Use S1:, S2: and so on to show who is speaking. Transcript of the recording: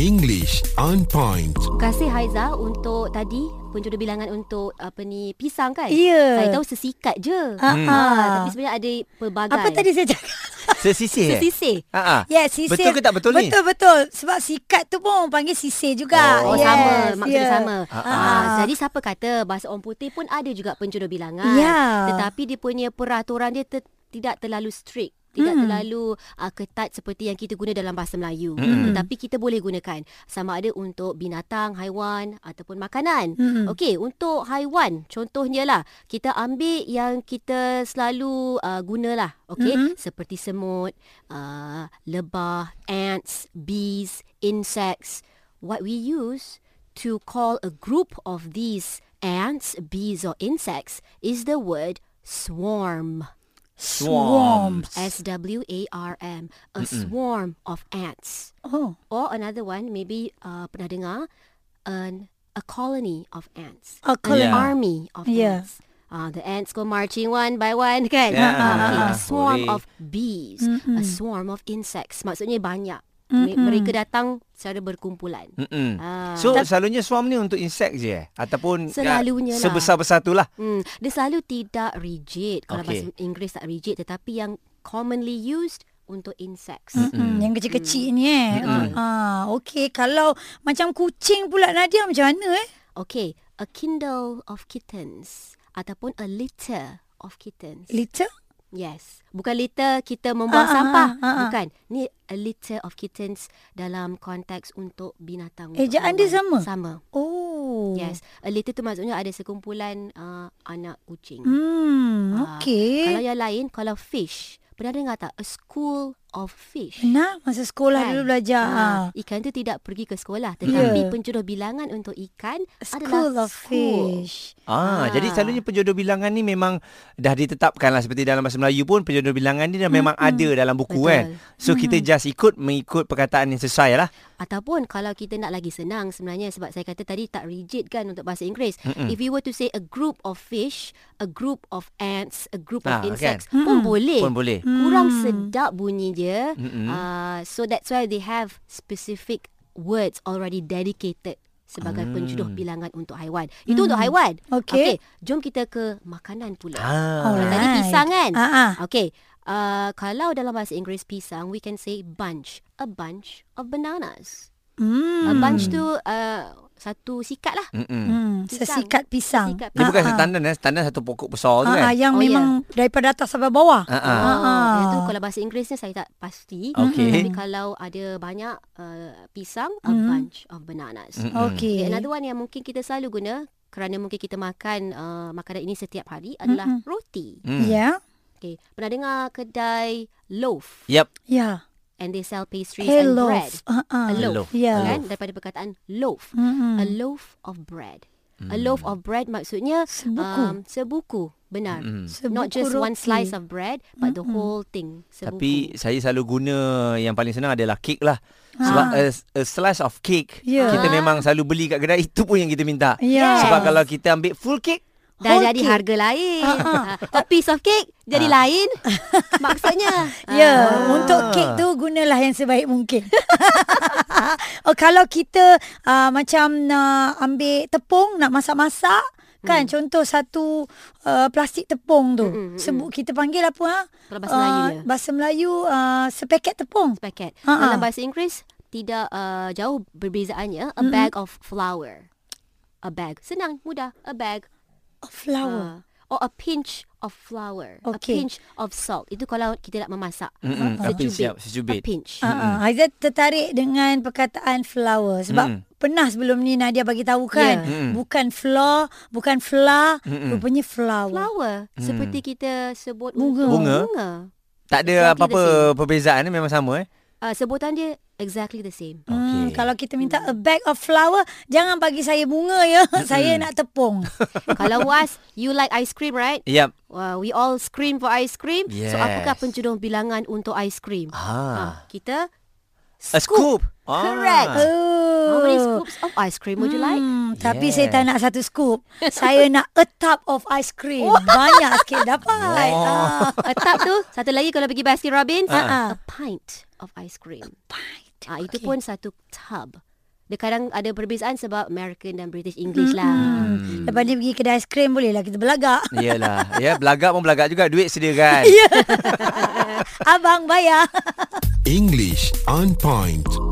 S1: English on point.
S2: Terima kasih Haiza untuk tadi penjurubilangan untuk apa ni pisang kan?
S3: Ya.
S2: Saya tahu sesikat je. Ah,
S3: Ha,
S4: Hmm.
S3: ha.
S2: tapi sebenarnya ada pelbagai.
S3: Apa tadi saya cakap?
S4: Sesisih eh?
S2: Sisih.
S4: Ha ah.
S3: Ya, sisir.
S4: Betul ke tak betul ni?
S3: Betul, betul. Sebab sikat tu pun orang panggil sisir juga.
S2: Oh
S3: yes,
S2: sama, maksudnya
S3: ya.
S2: sama.
S4: Ah,
S2: Ha,
S3: ah.
S2: jadi siapa kata bahasa orang putih pun ada juga penjurubilangan.
S3: Ya.
S2: Ha, Tetapi dia punya peraturan dia ter, tidak terlalu strict. Tidak
S3: Mm.
S2: hmm. terlalu uh, ketat seperti yang kita guna dalam bahasa Melayu.
S4: Mm.
S2: Tetapi kita boleh gunakan. Sama ada untuk binatang, haiwan ataupun makanan.
S3: Mm-mm.
S2: Okey, untuk haiwan contohnya lah kita ambil yang kita selalu uh, gunalah, okey,
S3: Mhm.
S2: mm-hmm. seperti semut, uh, lebah, ants, bees, insects. What we use to call a group of these ants, bees or insects is the word swarm.
S4: Swarm.
S2: S W A R M, a swarm of ants.
S3: Oh.
S2: Or another one, maybe uh, pernah dengar, an, a colony of ants.
S3: A
S2: An
S3: colony.
S4: Yeah.
S2: army of
S3: Yeah.
S2: ants. Ah, the ants go marching one by one kan. Ah,
S4: Yeah.
S2: okay. A
S4: Ah,
S2: swarm
S4: boleh.
S2: of bees, a swarm of insects. Maksudnya banyak. Me-
S3: Mm-hmm. Mm-mm.
S2: Mereka datang secara berkumpulan.
S4: Mm-mm.
S2: Ah.
S4: Mm. So selalunya swarm ni untuk insect je eh? Ataupun ah,
S2: Selalunya lah.
S4: Sebesar-besar tu lah
S2: Hmm, dia selalu tidak rigid. Kalau
S4: Okay.
S2: bahasa Inggeris tak rigid tetapi yang commonly used untuk insects.
S4: Mm. Hmm.
S3: Mm-mm. Hmm, Yang kecil-kecil
S2: Hmm.
S3: ni eh.
S4: Mm-mm.
S3: Ha, okey. Kalau macam kucing pula Nadia macam mana eh?
S2: Okay, a kindle of kittens ataupun a litter of kittens.
S3: Litter?
S2: Yes. Bukan litter kita membuang
S3: Ah, ah,
S2: sampah.
S3: ah, ah, ah.
S2: Bukan. Ni a litter of kittens dalam konteks untuk binatang. untuk
S3: Ejaan dia
S2: haiwan.
S3: sama?
S2: Sama.
S3: Oh.
S2: Yes. A litter tu maksudnya ada sekumpulan uh, anak kucing.
S3: Hmm,
S2: Ah, Kalau
S3: okey.
S2: yang lain, kalau fish. Pernah dengar tak? A school of fish.
S3: Nah, masa sekolah
S2: Kan?
S3: dulu belajar.
S2: Ah,
S3: Ha.
S2: ikan tu tidak pergi ke sekolah. Tetapi
S3: Ya.
S2: penjurubilangan untuk ikan
S3: School
S2: adalah
S3: of Fish.
S4: Ah, ah,
S2: Ah.
S4: jadi selalunya penjodoh bilangan ni memang dah ditetapkan lah seperti dalam bahasa Melayu pun penjodoh bilangan ni dah memang ada dalam buku
S2: Betul.
S4: kan. So kita just ikut mengikut perkataan yang sesuai lah.
S2: Ataupun kalau kita nak lagi senang sebenarnya sebab saya kata tadi tak rigid kan untuk bahasa Inggeris. Mm-mm. If you were to say a group of fish, a group of ants, a group
S4: Ah,
S2: of
S4: kan?
S2: insects pun boleh.
S4: Pun boleh.
S2: Kurang
S3: Mm.
S2: sedap bunyi dia.
S4: Mm-mm.
S2: Uh, so that's why they have specific words already dedicated sebagai
S4: Hmm.
S2: penjuduh bilangan untuk haiwan. Itu
S3: Mm.
S2: untuk haiwan.
S3: Okey.
S2: Okey, jom kita ke makanan pula.
S4: Ah.
S3: Alright.
S2: Tadi pisang kan?
S3: Ah, ah.
S2: Okay. Uh, kalau dalam bahasa Inggeris pisang, we can say bunch. A bunch of bananas.
S3: Hmm.
S2: A bunch Ah, tu uh, satu sikat lah.
S4: Mm-mm.
S3: Hmm,
S2: Pisang.
S3: sesikat pisang.
S2: Sesikat
S4: Dia
S2: pisang.
S4: bukan
S3: Ah, ah.
S4: standard eh. Standard satu pokok besar
S3: Ah,
S4: tu
S3: ah,
S4: kan.
S3: yang
S2: Oh,
S3: memang daripada atas sampai bawah.
S4: Ah,
S2: Oh,
S4: ah.
S3: Ah.
S2: yang tu kalau bahasa Inggerisnya saya tak pasti.
S4: Okey.
S2: Tapi kalau ada banyak uh, pisang, a bunch of bananas.
S4: Mm-mm.
S3: Okey.
S2: Okay, Ya, another one yang mungkin kita selalu guna kerana mungkin kita makan uh, makanan ini setiap hari adalah roti.
S4: Mm.
S3: Ya. Yeah.
S2: Okay, pernah dengar kedai loaf
S4: Yep.
S3: Ya. Yeah.
S2: and they sell pastries and
S3: Hello.
S2: bread.
S3: Ah, ah. Hmm.
S2: A
S4: Hello.
S2: loaf.
S3: Ya.
S2: Kan? Daripada perkataan loaf.
S3: Mm-mm.
S2: A loaf of bread. A loaf of bread maksudnya um,
S3: Sebuku.
S2: sebuku, benar.
S3: Sebuku
S2: Not just one
S3: roti.
S2: slice of bread but the whole thing, sebuku.
S4: Tapi saya selalu guna yang paling senang adalah kek lah. Sebab a, a slice of cake
S3: Ya.
S4: kita memang selalu beli kat kedai itu pun yang kita minta.
S3: Ya.
S4: Sebab kalau kita ambil full cake
S2: dah
S3: whole
S2: jadi
S3: cake. Ah,
S2: harga lain. Ha, A piece of cake jadi lain. Maksudnya. ah,
S3: Ya, yeah, untuk kek tu gunalah yang sebaik mungkin. oh, kalau kita uh, macam nak ambil tepung, nak masak-masak, kan
S2: Hmm.
S3: contoh satu uh, plastik tepung tu.
S2: Mm-mm,
S3: Sebut kita panggil apa ha?
S2: Hmm, Kalau bahasa Melayunya.
S3: Uh, bahasa Melayu uh, sepaket tepung.
S2: paket.
S3: Ha, ha.
S2: Dalam bahasa Inggeris tidak uh, jauh berbezaannya. A bag of flour. A bag. Senang, mudah. A bag
S3: Oh, flour.
S2: Uh, or a pinch of flour. A
S3: Okey.
S2: pinch of salt. Itu kalau kita nak memasak.
S4: Mm-mm. Mm. A pinch,
S2: Secubit.
S4: yep,
S2: A
S4: secubit.
S2: pinch.
S3: Ha ah, Aizat tertarik dengan perkataan flower sebab
S4: Mm.
S3: pernah sebelum ni Nadia bagi tahu kan
S2: Ya.
S4: Mm.
S3: bukan floor, bukan flour,
S4: Mm-mm.
S3: rupanya flower.
S2: Flower. Seperti kita sebut
S3: Bunga.
S2: untuk
S4: Hmm. Bunga.
S2: bunga.
S4: tak
S2: Exactly the
S4: ada apa-apa perbezaan ni memang sama eh.
S2: Uh, sebutan dia exactly the same.
S3: Hmm,
S4: Okey.
S3: kalau kita minta a bag of flower, jangan bagi saya bunga ya.
S4: Hmm.
S3: saya nak tepung.
S2: kalau was, you like ice cream, right?
S4: Yep.
S2: Uh, we all scream for ice cream. So
S4: Yes.
S2: apakah penjodoh bilangan untuk ice cream?
S4: Ah.
S2: Ah, kita
S4: A scoop. Ah.
S2: Correct. How many
S3: Oh.
S2: scoops of ice cream would you like?
S3: Hmm, tapi
S4: Yes.
S3: saya tak nak satu scoop. saya nak a tub of ice cream. Banyak sikit dapat.
S4: Wow.
S3: Ah.
S2: A tub tu Satu lagi kalau
S4: Ha.
S2: pergi Baskin Robbins
S3: Ah.
S2: A pint of ice cream
S3: Pint.
S2: ah, Itu
S3: Okey.
S2: pun satu tub Dia kadang ada perbezaan sebab American dan British English lah.
S3: Hmm. Lepas ni pergi kedai skrim boleh lah kita belagak.
S4: Yalah. Ya, belagak pun belagak juga. Duit sedia kan?
S3: Abang bayar.
S1: English on point.